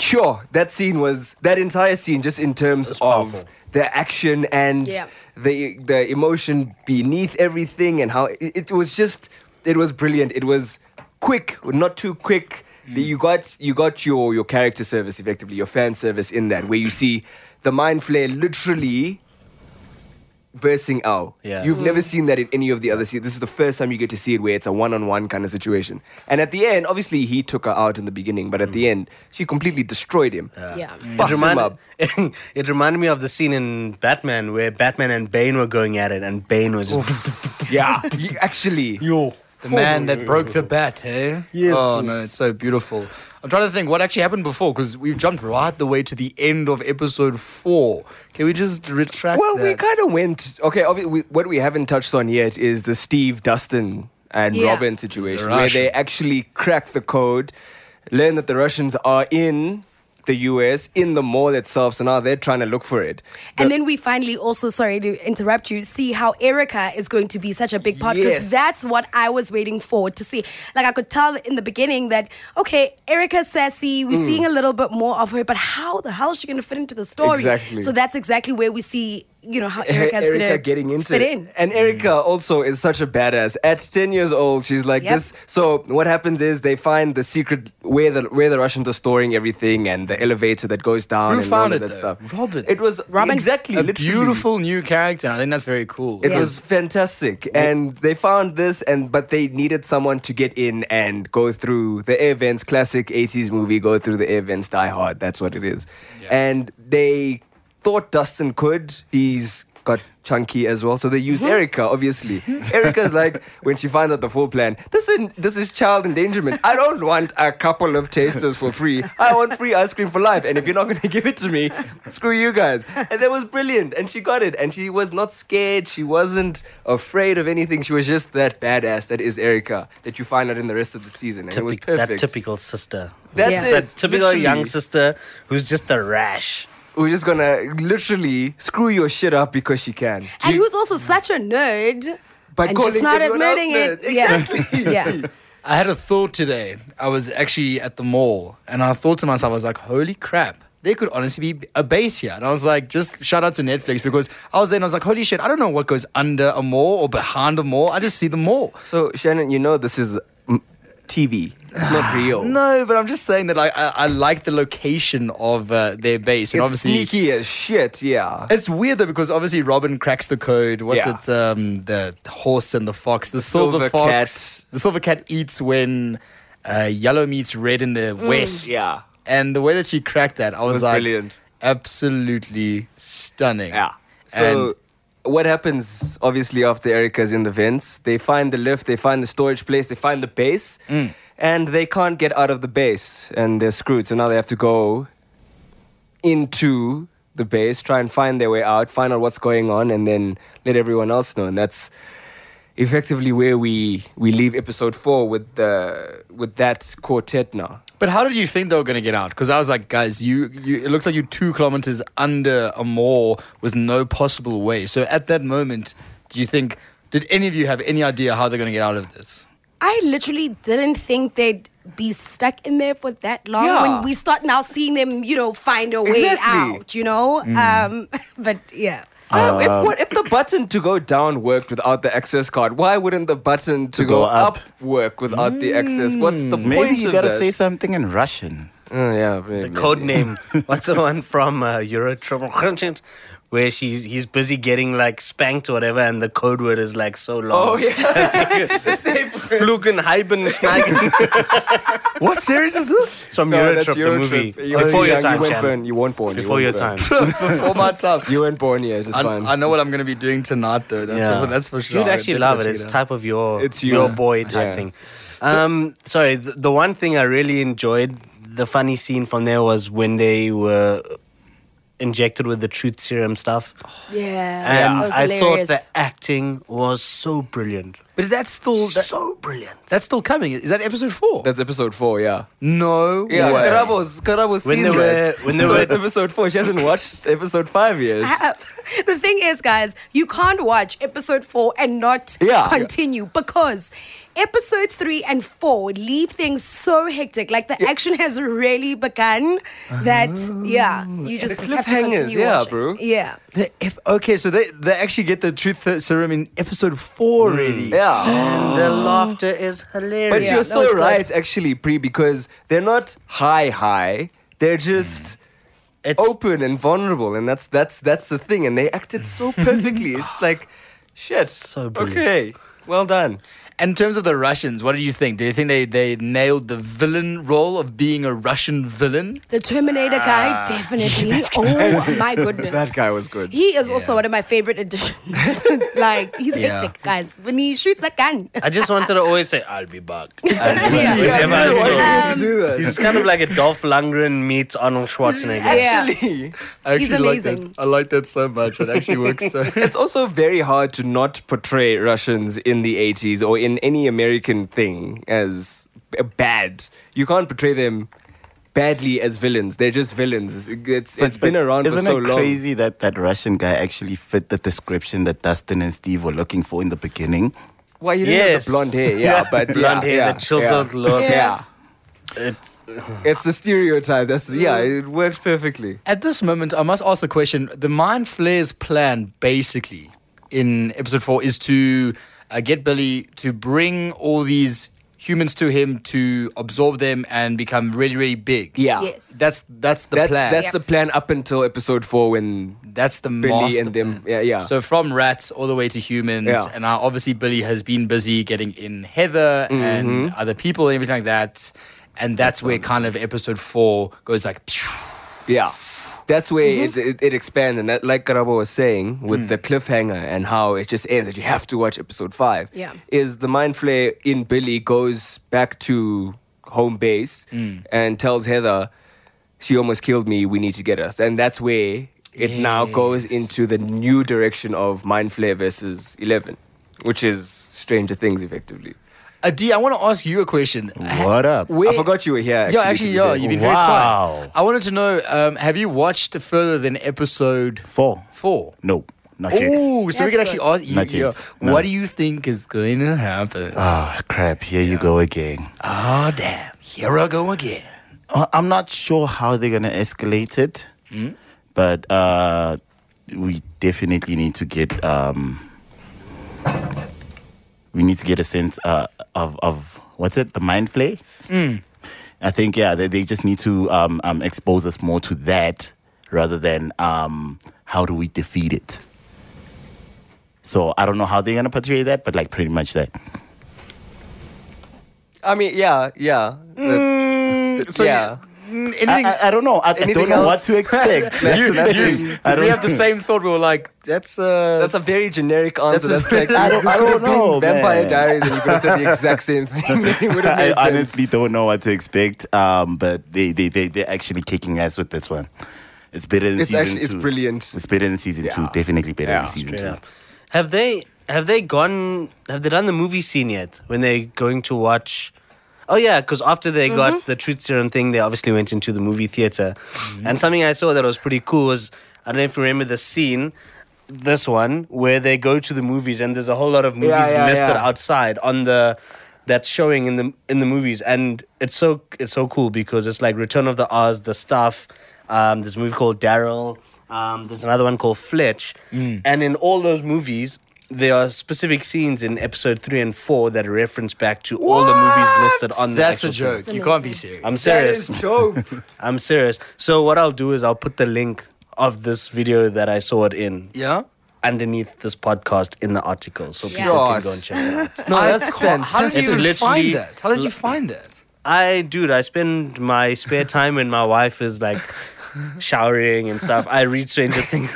[SPEAKER 3] sure, that scene was that entire scene, just in terms of
[SPEAKER 4] powerful.
[SPEAKER 3] the action and
[SPEAKER 6] Yeah.
[SPEAKER 3] the the emotion beneath everything, and how it, it was just it was brilliant. It was quick, not too quick. The- You got you got your your character service effectively, your fan service in that, where you see the mind flare literally versing L.
[SPEAKER 4] Yeah.
[SPEAKER 3] You've never seen that in any of the other series. This is the first time you get to see it where it's a one-on-one kind of situation. And at the end, obviously he took her out in the beginning, but at the end, she completely destroyed him.
[SPEAKER 6] Yeah. Mm.
[SPEAKER 3] Fucked
[SPEAKER 4] It
[SPEAKER 3] him
[SPEAKER 4] reminded,
[SPEAKER 3] up.
[SPEAKER 4] it reminded me of the scene in Batman where Batman and Bane were going at it, and Bane was
[SPEAKER 3] Yeah. You- actually.
[SPEAKER 4] yo.
[SPEAKER 2] The man that broke the bat, eh?
[SPEAKER 4] Yes.
[SPEAKER 2] Oh no, it's so beautiful. I'm trying to think what actually happened before because we've jumped right the way to the end of episode four. Can we just retract?
[SPEAKER 3] Well, we
[SPEAKER 2] that?
[SPEAKER 3] kind of went. Okay, obvi- we, what we haven't touched on yet is the Steve Dustin and
[SPEAKER 6] Yeah.
[SPEAKER 3] Robin situation,
[SPEAKER 2] The
[SPEAKER 3] where they
[SPEAKER 2] Russians.
[SPEAKER 3] actually crack the code, learn that the Russians are in the US, in the mall itself, so now they're trying to look for it.
[SPEAKER 6] And then we finally also, sorry to interrupt you, see how Erica is going to be such a big part because
[SPEAKER 3] Yes.
[SPEAKER 6] that's what I was waiting for to see. Like I could tell in the beginning that okay, Erica's sassy.
[SPEAKER 3] Mm.
[SPEAKER 6] We're seeing a little bit more of her, but how the hell is she going to fit into the story?
[SPEAKER 3] Exactly. E-,
[SPEAKER 6] So that's exactly where we see, you know, how
[SPEAKER 3] Erica,
[SPEAKER 6] Erica's going to
[SPEAKER 3] getting into
[SPEAKER 6] fit
[SPEAKER 3] it.
[SPEAKER 6] in.
[SPEAKER 3] And Erica also is such a badass. At 10 years old, she's like
[SPEAKER 6] Yep.
[SPEAKER 3] this. So what happens is they find the secret where the where the Russians are storing everything and the elevator that goes down
[SPEAKER 2] Who
[SPEAKER 3] and
[SPEAKER 2] found
[SPEAKER 3] all
[SPEAKER 2] it,
[SPEAKER 3] of that
[SPEAKER 2] though?
[SPEAKER 3] stuff.
[SPEAKER 2] Robin.
[SPEAKER 3] It was
[SPEAKER 6] Robin.
[SPEAKER 3] exactly
[SPEAKER 2] a
[SPEAKER 3] literally.
[SPEAKER 2] beautiful new character. and I think that's very cool.
[SPEAKER 3] It
[SPEAKER 6] Yeah.
[SPEAKER 3] was fantastic, and they found this, and but they needed someone to get in and go through the air vents. Classic '80s movie, go through the air vents, die hard. That's what it is. And they thought Dustin could. He's got chunky as well, so they used Erica. Obviously, Erica's like when she finds out the full plan. This is this is child endangerment. I don't want a couple of tasters for free. I want free ice cream for life. And if you're not going to give it to me, screw you guys. And that was brilliant. And she got it. And she was not scared. She wasn't afraid of anything. She was just that badass that is Erica that you find out in the rest of the season. And it was
[SPEAKER 4] Typic-
[SPEAKER 3] perfect.
[SPEAKER 4] that typical sister.
[SPEAKER 3] That's
[SPEAKER 6] Yeah.
[SPEAKER 3] it.
[SPEAKER 4] That typical
[SPEAKER 3] Literally.
[SPEAKER 4] young sister who's just a rash.
[SPEAKER 3] We're just gonna literally screw your shit up because she can.
[SPEAKER 6] And who's also such a nerd.
[SPEAKER 3] By
[SPEAKER 6] and
[SPEAKER 3] calling
[SPEAKER 6] just not
[SPEAKER 3] everyone
[SPEAKER 6] admitting
[SPEAKER 3] else
[SPEAKER 6] it.
[SPEAKER 3] nerd.
[SPEAKER 6] Yeah. yeah.
[SPEAKER 2] I had a thought today. I was actually at the mall and I thought to myself, I was like, holy crap. There could honestly be a base here. And I was like, just shout out to Netflix because I was there and I was like, holy shit, I don't know what goes under a mall or behind a mall. I just see the mall.
[SPEAKER 3] So Shannon, you know this is mm, TV, not real.
[SPEAKER 2] No, but I'm just saying that like, I, I like the location of uh, their base. And
[SPEAKER 3] It's
[SPEAKER 2] obviously,
[SPEAKER 3] sneaky as shit. Yeah.
[SPEAKER 2] It's weird though because obviously Robin cracks the code. What's
[SPEAKER 3] Yeah.
[SPEAKER 2] it? Um, the horse and the fox. The silver,
[SPEAKER 3] silver
[SPEAKER 2] fox.
[SPEAKER 3] cat.
[SPEAKER 2] The silver cat eats when uh, yellow meets red in the west.
[SPEAKER 3] Mm. yeah.
[SPEAKER 2] And the way that she cracked that, I was,
[SPEAKER 3] was
[SPEAKER 2] like,
[SPEAKER 3] brilliant.
[SPEAKER 2] absolutely stunning.
[SPEAKER 3] So
[SPEAKER 2] And-
[SPEAKER 3] what happens obviously after Erica's in the vents? They find the lift, they find the storage place, they find the base, and they can't get out of the base, and they're screwed. So now they have to go into the base, try and find their way out, find out what's going on, and then let everyone else know. And that's effectively where we we leave episode four with the with that quartet now.
[SPEAKER 2] But how did you think they were going to get out? Because I was like, guys, you, you it looks like you're two kilometers under a moor with no possible way. So at that moment, do you think? Did any of you have any idea how they're going to get out of this?
[SPEAKER 6] I literally didn't think they'd be stuck in there for that long
[SPEAKER 3] Yeah.
[SPEAKER 6] when we start now seeing them, you know, find a way
[SPEAKER 3] Exactly. Mm.
[SPEAKER 6] out, you know? Um, but yeah.
[SPEAKER 4] Uh,
[SPEAKER 3] Um, if, what, if the button to go down worked without the access card, why wouldn't the button to,
[SPEAKER 5] go
[SPEAKER 3] go, up.
[SPEAKER 5] up.
[SPEAKER 3] work without the access? What's the point
[SPEAKER 5] Maybe you
[SPEAKER 3] of
[SPEAKER 5] gotta
[SPEAKER 3] this?
[SPEAKER 5] say something in Russian.
[SPEAKER 3] Oh, yeah, maybe.
[SPEAKER 4] Code name. What's the one from uh, Euro Trouble Conscience? Where she's he's busy getting like spanked or whatever, and the code word is like so long.
[SPEAKER 3] Oh yeah,
[SPEAKER 4] Fluken Heiben Schneigen.
[SPEAKER 2] What series is this?
[SPEAKER 4] It's from
[SPEAKER 3] No,
[SPEAKER 4] Euro
[SPEAKER 3] that's
[SPEAKER 4] Trip, the movie.
[SPEAKER 3] Eurotrip. You were
[SPEAKER 4] Before your
[SPEAKER 3] young,
[SPEAKER 4] time,
[SPEAKER 3] you weren't
[SPEAKER 4] Shan.
[SPEAKER 3] born. You weren't born. you
[SPEAKER 4] Before your time.
[SPEAKER 3] weren't born. Before my time, you weren't born yet. It's
[SPEAKER 2] I,
[SPEAKER 3] fine.
[SPEAKER 2] I know what I'm going to be doing tonight, though. That's,
[SPEAKER 4] Yeah.
[SPEAKER 2] that's for sure.
[SPEAKER 4] You'd actually
[SPEAKER 2] I'll
[SPEAKER 4] love it.
[SPEAKER 2] definitely
[SPEAKER 4] It's
[SPEAKER 2] check out.
[SPEAKER 4] type of your
[SPEAKER 3] It's you.
[SPEAKER 4] your
[SPEAKER 3] Yeah.
[SPEAKER 4] boy type
[SPEAKER 3] Yeah.
[SPEAKER 4] thing. Um, sorry. The, the one thing I really enjoyed, the funny scene from there was when they were injected with the truth serum stuff,
[SPEAKER 6] Yeah.
[SPEAKER 4] and
[SPEAKER 6] That was
[SPEAKER 4] I thought
[SPEAKER 6] hilarious.
[SPEAKER 4] the acting was so brilliant,
[SPEAKER 2] But that's still that,
[SPEAKER 4] so brilliant.
[SPEAKER 2] that's still coming. Is that episode four?
[SPEAKER 3] That's episode four. Yeah.
[SPEAKER 2] no
[SPEAKER 3] Yeah.
[SPEAKER 2] way.
[SPEAKER 3] Karabo's Karabo's
[SPEAKER 4] When
[SPEAKER 3] seen
[SPEAKER 4] they
[SPEAKER 3] that.
[SPEAKER 4] were- when they
[SPEAKER 3] so
[SPEAKER 4] were-
[SPEAKER 3] it's episode four. She hasn't watched episode five yet.
[SPEAKER 6] App. Uh, the thing is, guys, you can't watch episode four and not
[SPEAKER 3] Yeah.
[SPEAKER 6] continue because episode three and four leave things so hectic. Like the action has really begun that, yeah, you just
[SPEAKER 3] the
[SPEAKER 6] have to
[SPEAKER 3] cliffhangers,
[SPEAKER 6] continue.
[SPEAKER 3] yeah,
[SPEAKER 6] watching.
[SPEAKER 3] bro.
[SPEAKER 6] Yeah.
[SPEAKER 3] Mm.
[SPEAKER 2] The ep- okay, so they, they actually get the truth serum in episode four already.
[SPEAKER 3] Yeah. Yeah.
[SPEAKER 2] Oh.
[SPEAKER 4] And the
[SPEAKER 6] Mm.
[SPEAKER 4] laughter is
[SPEAKER 3] But
[SPEAKER 4] hilarious.
[SPEAKER 6] Yeah,
[SPEAKER 3] you're
[SPEAKER 6] that was
[SPEAKER 3] so
[SPEAKER 6] good.
[SPEAKER 3] right, actually, Pre, because they're not high, high. They're just
[SPEAKER 4] it's
[SPEAKER 3] open and vulnerable, and that's that's that's the thing. And they acted so perfectly. it's just like, shit.
[SPEAKER 4] So brilliant.
[SPEAKER 3] okay, well done.
[SPEAKER 2] And in terms of the Russians, what do you think? Do you think they, they nailed the villain role of being a Russian villain?
[SPEAKER 6] The Terminator guy, definitely. Oh my goodness.
[SPEAKER 3] That guy was good.
[SPEAKER 6] He is also one of my favorite additions. like he's
[SPEAKER 2] Yeah.
[SPEAKER 6] hectic, guys. When he shoots that gun.
[SPEAKER 4] I just wanted to always say, I'll be back.
[SPEAKER 6] Yeah.
[SPEAKER 4] Whenever I
[SPEAKER 3] Why
[SPEAKER 4] saw him.
[SPEAKER 3] do you do that?
[SPEAKER 4] He's kind of like a Dolph Lundgren meets Arnold Schwarzenegger.
[SPEAKER 6] Yeah.
[SPEAKER 3] Actually,
[SPEAKER 2] I
[SPEAKER 6] He's
[SPEAKER 2] actually like
[SPEAKER 6] amazing.
[SPEAKER 2] that. I like that so much. It actually works so.
[SPEAKER 3] it's also very hard to not portray Russians in the 80s or in any American thing as b- bad. You can't portray them badly as villains. They're just villains. It's, it's been around
[SPEAKER 5] isn't
[SPEAKER 3] for so
[SPEAKER 5] it
[SPEAKER 3] long.
[SPEAKER 5] crazy that that Russian guy actually fit the description that Dustin and Steve were looking for in the beginning?
[SPEAKER 3] Why you didn't have
[SPEAKER 4] Yes.
[SPEAKER 3] the blonde hair? Yeah, but
[SPEAKER 4] Blonde
[SPEAKER 3] yeah,
[SPEAKER 4] hair,
[SPEAKER 3] yeah,
[SPEAKER 4] the chilled
[SPEAKER 3] yeah.
[SPEAKER 4] out look.
[SPEAKER 3] Yeah.
[SPEAKER 4] It's,
[SPEAKER 3] it's the stereotype. That's yeah, it works perfectly.
[SPEAKER 2] At this moment, I must ask the question: the Mind Flare's plan, basically, in episode four, is to uh, get Billy to bring all these humans to him to absorb them and become really, really big.
[SPEAKER 3] Yeah,
[SPEAKER 6] Yes.
[SPEAKER 2] that's that's the
[SPEAKER 3] that's
[SPEAKER 2] plan.
[SPEAKER 3] that's
[SPEAKER 6] Yep.
[SPEAKER 3] the plan up until episode four when
[SPEAKER 2] That's the
[SPEAKER 3] Billy
[SPEAKER 2] master
[SPEAKER 3] and them.
[SPEAKER 2] plan.
[SPEAKER 3] Yeah, yeah.
[SPEAKER 2] So from rats all the way to humans,
[SPEAKER 3] Yeah.
[SPEAKER 2] and now obviously Billy has been busy getting in Heather and
[SPEAKER 3] Mm-hmm.
[SPEAKER 2] other people and everything like that, and that's, where kind of episode four goes like.
[SPEAKER 3] Yeah. That's where it, it, it expands, and that, like Karabo was saying, with the cliffhanger and how it just ends that you have to watch episode five.
[SPEAKER 6] Yeah.
[SPEAKER 3] is the mind flare in Billy goes back to home base and tells Heather, "She almost killed me. We need to get us." And that's where it now goes into the new direction of mind flare versus Eleven, which is Stranger Things, effectively.
[SPEAKER 2] Adi, I want to ask you a question.
[SPEAKER 5] What up?
[SPEAKER 2] Where-
[SPEAKER 3] I forgot you were here. Actually,
[SPEAKER 2] yeah, actually,
[SPEAKER 3] to be
[SPEAKER 2] yeah,
[SPEAKER 3] fair.
[SPEAKER 2] you've been very quiet. I wanted to know, um, have you watched further than episode
[SPEAKER 5] Four.
[SPEAKER 2] four?
[SPEAKER 5] No, not yet.
[SPEAKER 2] Oh, so we
[SPEAKER 6] That's
[SPEAKER 2] can actually
[SPEAKER 6] good.
[SPEAKER 2] ask you,
[SPEAKER 5] Not
[SPEAKER 2] yeah,
[SPEAKER 5] yet. No.
[SPEAKER 2] what do you think is going to happen?
[SPEAKER 5] Ah, crap. Here you go again.
[SPEAKER 2] oh, damn. Here I go again.
[SPEAKER 5] Uh, I'm not sure how they're gonna escalate it,
[SPEAKER 2] Hmm?
[SPEAKER 5] but uh, we definitely need to get um, we need to get a sense uh, of of what's it the mind play.
[SPEAKER 2] Hmm.
[SPEAKER 5] I think yeah, they, they just need to um, um, expose us more to that rather than um, how do we defeat it. So I don't know how they're gonna portray that, but like pretty much that.
[SPEAKER 3] I mean, yeah, yeah. The- the- yeah.
[SPEAKER 2] Mm,
[SPEAKER 5] I,
[SPEAKER 2] Anything?
[SPEAKER 5] I, I don't know. I, I
[SPEAKER 3] Anything
[SPEAKER 5] don't know what
[SPEAKER 3] else?
[SPEAKER 5] to expect.
[SPEAKER 2] you,
[SPEAKER 5] That's
[SPEAKER 2] you-
[SPEAKER 5] the thing. I
[SPEAKER 2] we
[SPEAKER 5] don't-
[SPEAKER 2] have the same thought. We were like, that's uh,
[SPEAKER 3] That's a very generic answer.
[SPEAKER 2] That's
[SPEAKER 3] That's,
[SPEAKER 2] a-
[SPEAKER 3] like
[SPEAKER 5] I don't-
[SPEAKER 3] this
[SPEAKER 5] I
[SPEAKER 3] could have
[SPEAKER 5] don't know,
[SPEAKER 3] been Vampire
[SPEAKER 5] man.
[SPEAKER 3] Diaries, and you could have said the exact same thing. it would have
[SPEAKER 5] I
[SPEAKER 3] made sense.
[SPEAKER 5] honestly don't know what to expect, um, but they, they, they, they're actually kicking ass with this one. It's better than
[SPEAKER 3] It's
[SPEAKER 5] season
[SPEAKER 3] actually-
[SPEAKER 5] two.
[SPEAKER 3] it's brilliant.
[SPEAKER 5] It's better than season two.
[SPEAKER 3] Yeah.
[SPEAKER 5] Definitely better
[SPEAKER 3] Yeah.
[SPEAKER 5] than season two.
[SPEAKER 4] have they have they gone? Have they done the movie scene yet? When they're going to watch? Oh yeah, because after they
[SPEAKER 3] Mm-hmm.
[SPEAKER 4] got the truth serum thing, they obviously went into the movie theater.
[SPEAKER 3] Mm-hmm.
[SPEAKER 4] And something I saw that was pretty cool was I don't know if you remember the scene. This one where they go to the movies and there's a whole lot of movies
[SPEAKER 3] yeah,
[SPEAKER 4] listed
[SPEAKER 3] yeah.
[SPEAKER 4] outside on the that's showing in the in the movies and it's so it's so cool because it's like Return of the Oz, the stuff. Um, there's a movie called Daryl. Um, there's another one called Fletch,
[SPEAKER 2] Mm.
[SPEAKER 4] and in all those movies. There are specific scenes in episode three and four that reference back to all the movies listed on the.
[SPEAKER 2] that's a
[SPEAKER 4] actual
[SPEAKER 2] joke.
[SPEAKER 4] film.
[SPEAKER 2] You can't be serious.
[SPEAKER 4] I'm
[SPEAKER 3] that
[SPEAKER 4] serious.
[SPEAKER 3] is dope.
[SPEAKER 4] I'm serious. So what I'll do is I'll put the link of this video that I saw it in
[SPEAKER 2] yeah?
[SPEAKER 4] underneath this podcast in the article, so
[SPEAKER 6] Yeah.
[SPEAKER 4] people can
[SPEAKER 3] Yes.
[SPEAKER 4] go and check it out.
[SPEAKER 3] No,
[SPEAKER 2] I
[SPEAKER 3] that's
[SPEAKER 2] can't- How did you
[SPEAKER 4] fantastic.
[SPEAKER 2] even
[SPEAKER 4] It's literally-
[SPEAKER 2] find that? How did you find that?
[SPEAKER 4] I, dude, I spend my spare time when my wife is like showering and stuff. I read Stranger Things.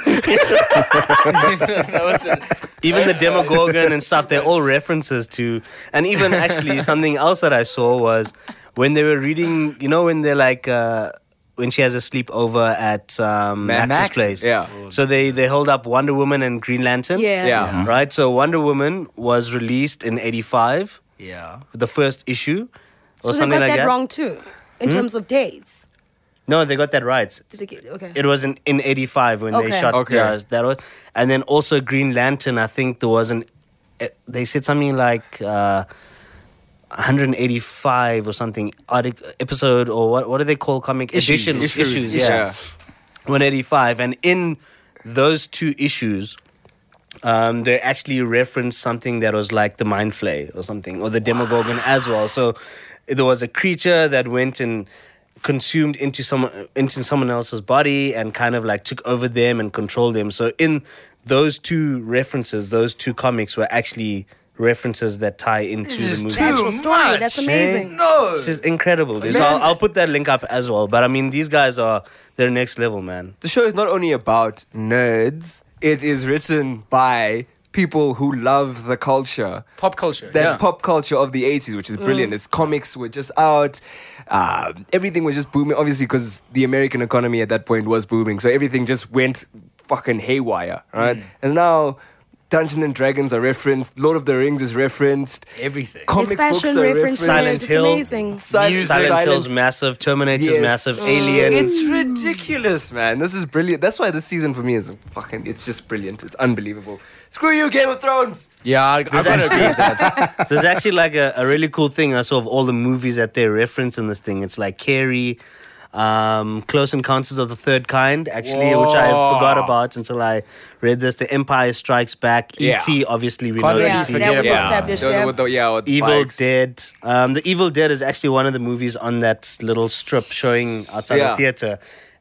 [SPEAKER 2] that was
[SPEAKER 4] Even the Demogorgon and stuff, they're all references to. And even actually, something else that I saw was when they were reading, you know, when they're like, uh, when she has a sleepover at um,
[SPEAKER 3] Ma-
[SPEAKER 4] Max's
[SPEAKER 3] Max?
[SPEAKER 4] place.
[SPEAKER 3] Yeah.
[SPEAKER 4] So they, they hold up Wonder Woman and Green Lantern.
[SPEAKER 6] Yeah.
[SPEAKER 3] Yeah.
[SPEAKER 4] Right? So Wonder Woman was released in 85,
[SPEAKER 2] yeah.
[SPEAKER 4] the first issue.
[SPEAKER 6] So
[SPEAKER 4] Or
[SPEAKER 6] they
[SPEAKER 4] something
[SPEAKER 6] got
[SPEAKER 4] like
[SPEAKER 6] that,
[SPEAKER 4] that.
[SPEAKER 6] wrong too, in terms of dates.
[SPEAKER 4] No, they got that right.
[SPEAKER 6] Did they get okay?
[SPEAKER 4] It was in, in 85 when they
[SPEAKER 6] Okay.
[SPEAKER 4] shot
[SPEAKER 3] Okay.
[SPEAKER 4] yeah, that was and then also Green Lantern I think there was an eh, they said something like uh 185 or something artic- episode or what what do they call comic
[SPEAKER 2] Issues.
[SPEAKER 4] edition
[SPEAKER 2] Issues,
[SPEAKER 4] issues yeah. 185 and in those two issues um, they actually referenced something that was like the mind flay or something, or the Demogorgon as well. So there was a creature that went and consumed into someone into someone else's body and kind of like took over them and controlled them. So in those two references, those two comics were actually references that tie into
[SPEAKER 2] This
[SPEAKER 4] the
[SPEAKER 2] is
[SPEAKER 4] movie.
[SPEAKER 6] The actual story.
[SPEAKER 2] much,
[SPEAKER 6] That's
[SPEAKER 2] eh?
[SPEAKER 6] amazing.
[SPEAKER 2] No.
[SPEAKER 4] This is incredible. dude. So
[SPEAKER 6] Let's-
[SPEAKER 4] I'll, I'll put that link up as well. But I mean, these guys are they're next level, man.
[SPEAKER 3] The show is not only about nerds, it is written by people who love the culture.
[SPEAKER 2] Pop culture.
[SPEAKER 3] That
[SPEAKER 2] yeah.
[SPEAKER 3] pop culture of the 80s, which is
[SPEAKER 4] Mm.
[SPEAKER 3] brilliant. Its comics were just out. Um, everything was just booming, obviously, because the American economy at that point was booming. So everything just went fucking haywire, right?
[SPEAKER 4] Mm.
[SPEAKER 3] And now Dungeons and Dragons are referenced, Lord of the Rings is referenced.
[SPEAKER 2] Everything.
[SPEAKER 6] His
[SPEAKER 3] Comic books
[SPEAKER 6] fashion
[SPEAKER 3] are
[SPEAKER 6] references.
[SPEAKER 3] referenced.
[SPEAKER 4] Silent
[SPEAKER 6] it's
[SPEAKER 4] Hill.
[SPEAKER 6] amazing.
[SPEAKER 3] Sil-
[SPEAKER 2] Music.
[SPEAKER 4] Silent,
[SPEAKER 3] Silent
[SPEAKER 4] Hill's massive, Terminator's
[SPEAKER 3] Yes. Oh. Mm.
[SPEAKER 4] massive, Alien.
[SPEAKER 3] It's ridiculous, man. This is brilliant. That's why this season for me is fucking. It's just brilliant. It's unbelievable. Screw you, Game of Thrones.
[SPEAKER 2] Yeah, I, I gotta agree with that.
[SPEAKER 4] There's actually like a, a really cool thing I saw of all the movies that they reference in this thing. It's like Carrie, um, Close Encounters of the Third Kind, actually, which I
[SPEAKER 3] Whoa.
[SPEAKER 4] forgot about until I read this. The Empire Strikes Back, E.T. Obviously, we know
[SPEAKER 2] Can't
[SPEAKER 4] E
[SPEAKER 6] Yeah,
[SPEAKER 2] really
[SPEAKER 4] that
[SPEAKER 2] forget
[SPEAKER 4] E.T.
[SPEAKER 6] that was
[SPEAKER 2] Yeah.
[SPEAKER 6] established.
[SPEAKER 3] Don't know
[SPEAKER 6] yeah.
[SPEAKER 3] what the- yeah, what
[SPEAKER 4] Evil
[SPEAKER 3] bikes.
[SPEAKER 4] Dead. Um, the Evil Dead is actually one of the movies on that little strip showing outside
[SPEAKER 3] Yeah.
[SPEAKER 4] the theater.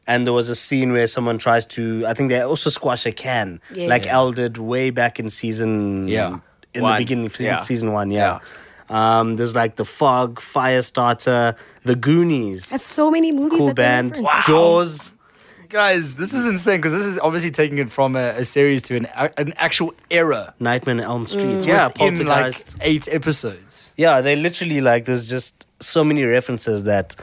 [SPEAKER 4] And there was a scene where someone tries to, I think they also squash a can,
[SPEAKER 6] Yeah.
[SPEAKER 4] like Al did way back in season,
[SPEAKER 2] Yeah.
[SPEAKER 4] in
[SPEAKER 3] One.
[SPEAKER 4] the beginning of se-
[SPEAKER 3] Yeah.
[SPEAKER 4] season one, yeah. Um, there's like the Fog, Firestarter, the Goonies,
[SPEAKER 6] That's so many movies.
[SPEAKER 4] cool
[SPEAKER 6] that they
[SPEAKER 4] band,
[SPEAKER 6] reference. It's
[SPEAKER 4] Jaws.
[SPEAKER 2] Guys, this is insane because this is obviously taking it from a, a series to an, a- an actual era
[SPEAKER 4] Nightmare on Elm Street,
[SPEAKER 6] Mm.
[SPEAKER 4] yeah,
[SPEAKER 2] in like
[SPEAKER 4] Poltergeist.
[SPEAKER 2] eight episodes.
[SPEAKER 4] Yeah, they literally like there's just so many references that,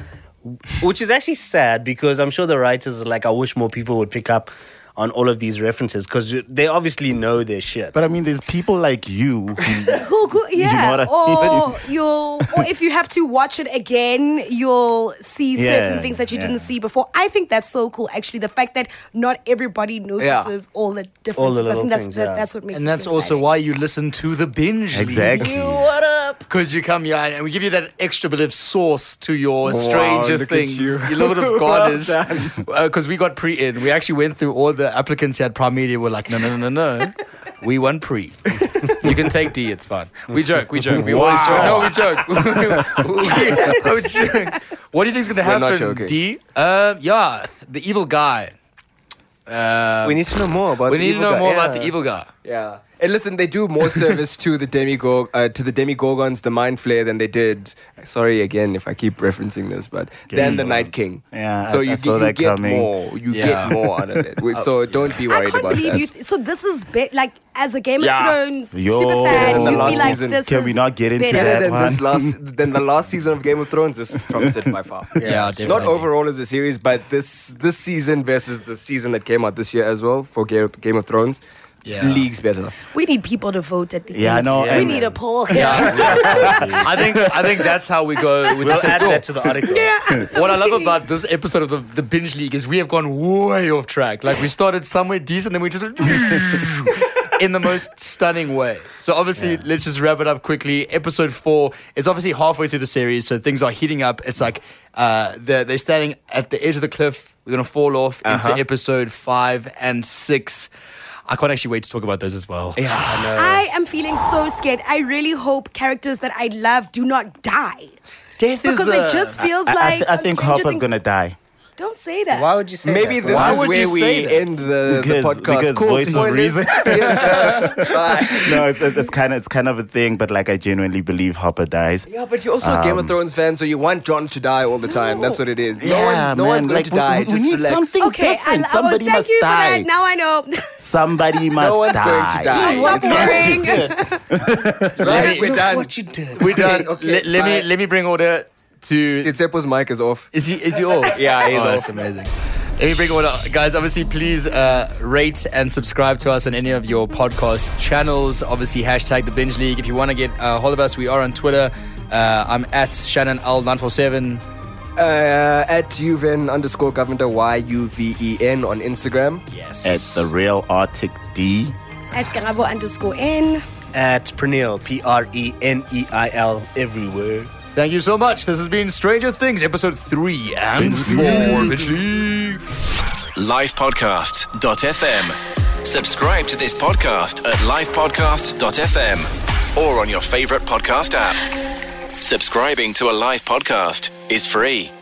[SPEAKER 4] which is actually sad because I'm sure the writers are like, I wish more people would pick up on all of these references because they obviously know their shit.
[SPEAKER 5] But I mean, there's people like you. who-
[SPEAKER 6] Who could,
[SPEAKER 5] You know
[SPEAKER 6] yeah,
[SPEAKER 5] what I
[SPEAKER 6] or you'll, or if you have to watch it again, you'll see
[SPEAKER 5] Yeah,
[SPEAKER 6] certain things that you
[SPEAKER 5] yeah.
[SPEAKER 6] didn't see before. I think that's so cool. Actually, the fact that not everybody notices all the differences. I
[SPEAKER 4] little
[SPEAKER 6] think that's
[SPEAKER 4] things,
[SPEAKER 6] that,
[SPEAKER 4] yeah.
[SPEAKER 6] that's what makes.
[SPEAKER 2] And
[SPEAKER 6] it
[SPEAKER 2] that's
[SPEAKER 6] so
[SPEAKER 2] also
[SPEAKER 6] exciting.
[SPEAKER 2] why you listen to the binge.
[SPEAKER 5] exactly.
[SPEAKER 2] Because you come here and we give you that extra bit of sauce to your Stranger
[SPEAKER 3] look at
[SPEAKER 2] Things,
[SPEAKER 3] you.
[SPEAKER 2] your little bit of goddess. Because we got pre in. We actually went through all the applicants who had Prime Media. We're like, no, no, no, no, no. We want pre. you can take D, it's fine. We joke, we joke. We always joke. No, we joke. we, we joke. What do you think's going to
[SPEAKER 3] We're
[SPEAKER 2] happen,
[SPEAKER 3] not joking.
[SPEAKER 2] D? Um, yeah, the evil guy. Um,
[SPEAKER 3] We need to know more about.
[SPEAKER 2] we
[SPEAKER 3] the
[SPEAKER 2] need to
[SPEAKER 3] evil
[SPEAKER 2] know
[SPEAKER 3] guy.
[SPEAKER 2] more
[SPEAKER 3] yeah.
[SPEAKER 2] about the evil guy.
[SPEAKER 3] Yeah, and listen, they do more service to the demigorg uh, to the demigorgons, the mind flare, than they did. Sorry again if I keep referencing this, but than the
[SPEAKER 5] Demigorgons.
[SPEAKER 3] Night King.
[SPEAKER 5] Yeah,
[SPEAKER 3] so
[SPEAKER 5] I-
[SPEAKER 3] you,
[SPEAKER 5] I
[SPEAKER 3] get-
[SPEAKER 5] saw
[SPEAKER 3] you
[SPEAKER 5] that
[SPEAKER 3] get
[SPEAKER 5] coming. Oh,
[SPEAKER 3] more. You
[SPEAKER 2] Yeah.
[SPEAKER 3] get more out of it. We- So don't be worried
[SPEAKER 6] I can't
[SPEAKER 3] about
[SPEAKER 6] believe
[SPEAKER 3] that.
[SPEAKER 6] you. Th- so this is be- like as a Game
[SPEAKER 3] Yeah.
[SPEAKER 6] of Thrones
[SPEAKER 5] Yo.
[SPEAKER 6] super fan,
[SPEAKER 3] And the
[SPEAKER 6] you'd
[SPEAKER 3] last
[SPEAKER 6] be like,
[SPEAKER 3] season.
[SPEAKER 6] this
[SPEAKER 5] Can
[SPEAKER 6] is
[SPEAKER 5] we not get into
[SPEAKER 6] better.
[SPEAKER 5] that?
[SPEAKER 3] than this
[SPEAKER 5] one.
[SPEAKER 3] last than the last season of Game of Thrones. This trumps it by far.
[SPEAKER 2] Yeah,
[SPEAKER 3] not
[SPEAKER 2] definitely.
[SPEAKER 3] overall as a series, but this this season versus the season that came out this year as well for Game, Game of Thrones,
[SPEAKER 2] Yeah.
[SPEAKER 3] leagues better.
[SPEAKER 6] We need people to vote at the
[SPEAKER 5] Yeah, I
[SPEAKER 6] end.
[SPEAKER 5] know,
[SPEAKER 6] We
[SPEAKER 5] and-
[SPEAKER 6] need a poll.
[SPEAKER 2] I think I think that's how we go with
[SPEAKER 4] we'll
[SPEAKER 2] the
[SPEAKER 4] add
[SPEAKER 3] oh.
[SPEAKER 4] that to the article.
[SPEAKER 2] What I love about this episode of the, the binge league is we have gone way off track. Like we started somewhere decent, then we just in the most stunning way. So obviously, let's just wrap it up quickly. Episode four is obviously halfway through the series, so things are heating up. It's like uh, they're, they're standing at the edge of the cliff. We're gonna fall off into episode five and six. I can't actually wait to talk about those as well.
[SPEAKER 6] I am feeling so scared. I really hope characters that I love do not die.
[SPEAKER 2] Death is uh,
[SPEAKER 6] Because
[SPEAKER 2] a,
[SPEAKER 6] it just feels
[SPEAKER 5] uh, I, I
[SPEAKER 6] like
[SPEAKER 5] th- I think
[SPEAKER 6] Stranger
[SPEAKER 5] Hopper's
[SPEAKER 6] Things-
[SPEAKER 5] gonna die.
[SPEAKER 6] Don't say that.
[SPEAKER 4] Why would you say
[SPEAKER 3] Maybe
[SPEAKER 4] that?
[SPEAKER 3] this
[SPEAKER 2] Why
[SPEAKER 3] is
[SPEAKER 2] would you
[SPEAKER 3] where we
[SPEAKER 2] say that?
[SPEAKER 3] end the,
[SPEAKER 5] Because-
[SPEAKER 3] the podcast.
[SPEAKER 5] because
[SPEAKER 3] cool,
[SPEAKER 5] voice of
[SPEAKER 3] spoilers.
[SPEAKER 5] reason.
[SPEAKER 3] Yes, guys. Bye.
[SPEAKER 5] No, it's, it's, it's kind of it's kind of a thing, but like I genuinely believe Hopper dies.
[SPEAKER 3] Yeah, but you're also a
[SPEAKER 5] Um,
[SPEAKER 3] Game of Thrones fan, so you want John to die all the time. That's what it is. No, one, no one's going
[SPEAKER 5] like,
[SPEAKER 3] to
[SPEAKER 5] we-
[SPEAKER 3] die.
[SPEAKER 5] We, we
[SPEAKER 3] Just
[SPEAKER 5] need
[SPEAKER 3] relax.
[SPEAKER 5] something
[SPEAKER 6] Okay, I, I
[SPEAKER 5] different.
[SPEAKER 6] will
[SPEAKER 5] Somebody
[SPEAKER 6] thank
[SPEAKER 5] must
[SPEAKER 6] you
[SPEAKER 5] die.
[SPEAKER 6] for that. Now I know.
[SPEAKER 5] Somebody must
[SPEAKER 3] one's
[SPEAKER 5] die.
[SPEAKER 3] going to die.
[SPEAKER 6] Stop
[SPEAKER 3] It's
[SPEAKER 6] worrying.
[SPEAKER 2] Right,
[SPEAKER 3] We're done.
[SPEAKER 4] What you did.
[SPEAKER 2] We're done.
[SPEAKER 3] Okay, okay,
[SPEAKER 2] let, let me
[SPEAKER 3] bye.
[SPEAKER 2] let me bring order to
[SPEAKER 3] Itzepo's mic is off.
[SPEAKER 2] Is he is he off?
[SPEAKER 3] Yeah, he's
[SPEAKER 2] oh,
[SPEAKER 4] uh,
[SPEAKER 2] That's
[SPEAKER 3] off.
[SPEAKER 2] amazing. Let me bring one up. Guys, obviously, please uh, rate and subscribe to us on any of your podcast channels. Obviously, hashtag the Binge League. If you want to get a hold of us, we are on Twitter. Uh, I'm at Shannon L947.
[SPEAKER 3] Uh, at Uven underscore governor Y U V E N on Instagram.
[SPEAKER 2] Yes.
[SPEAKER 5] At the real Arctic D.
[SPEAKER 6] At Garabo underscore N.
[SPEAKER 4] At Preneel, P R E N E I L, everywhere.
[SPEAKER 2] Thank you so much. This has been Stranger Things, episode 3 and 4. Binge League.
[SPEAKER 1] livepodcasts.fm. Subscribe to this podcast at lifepodcasts.fm or on your favorite podcast app. Subscribing to a live podcast is free.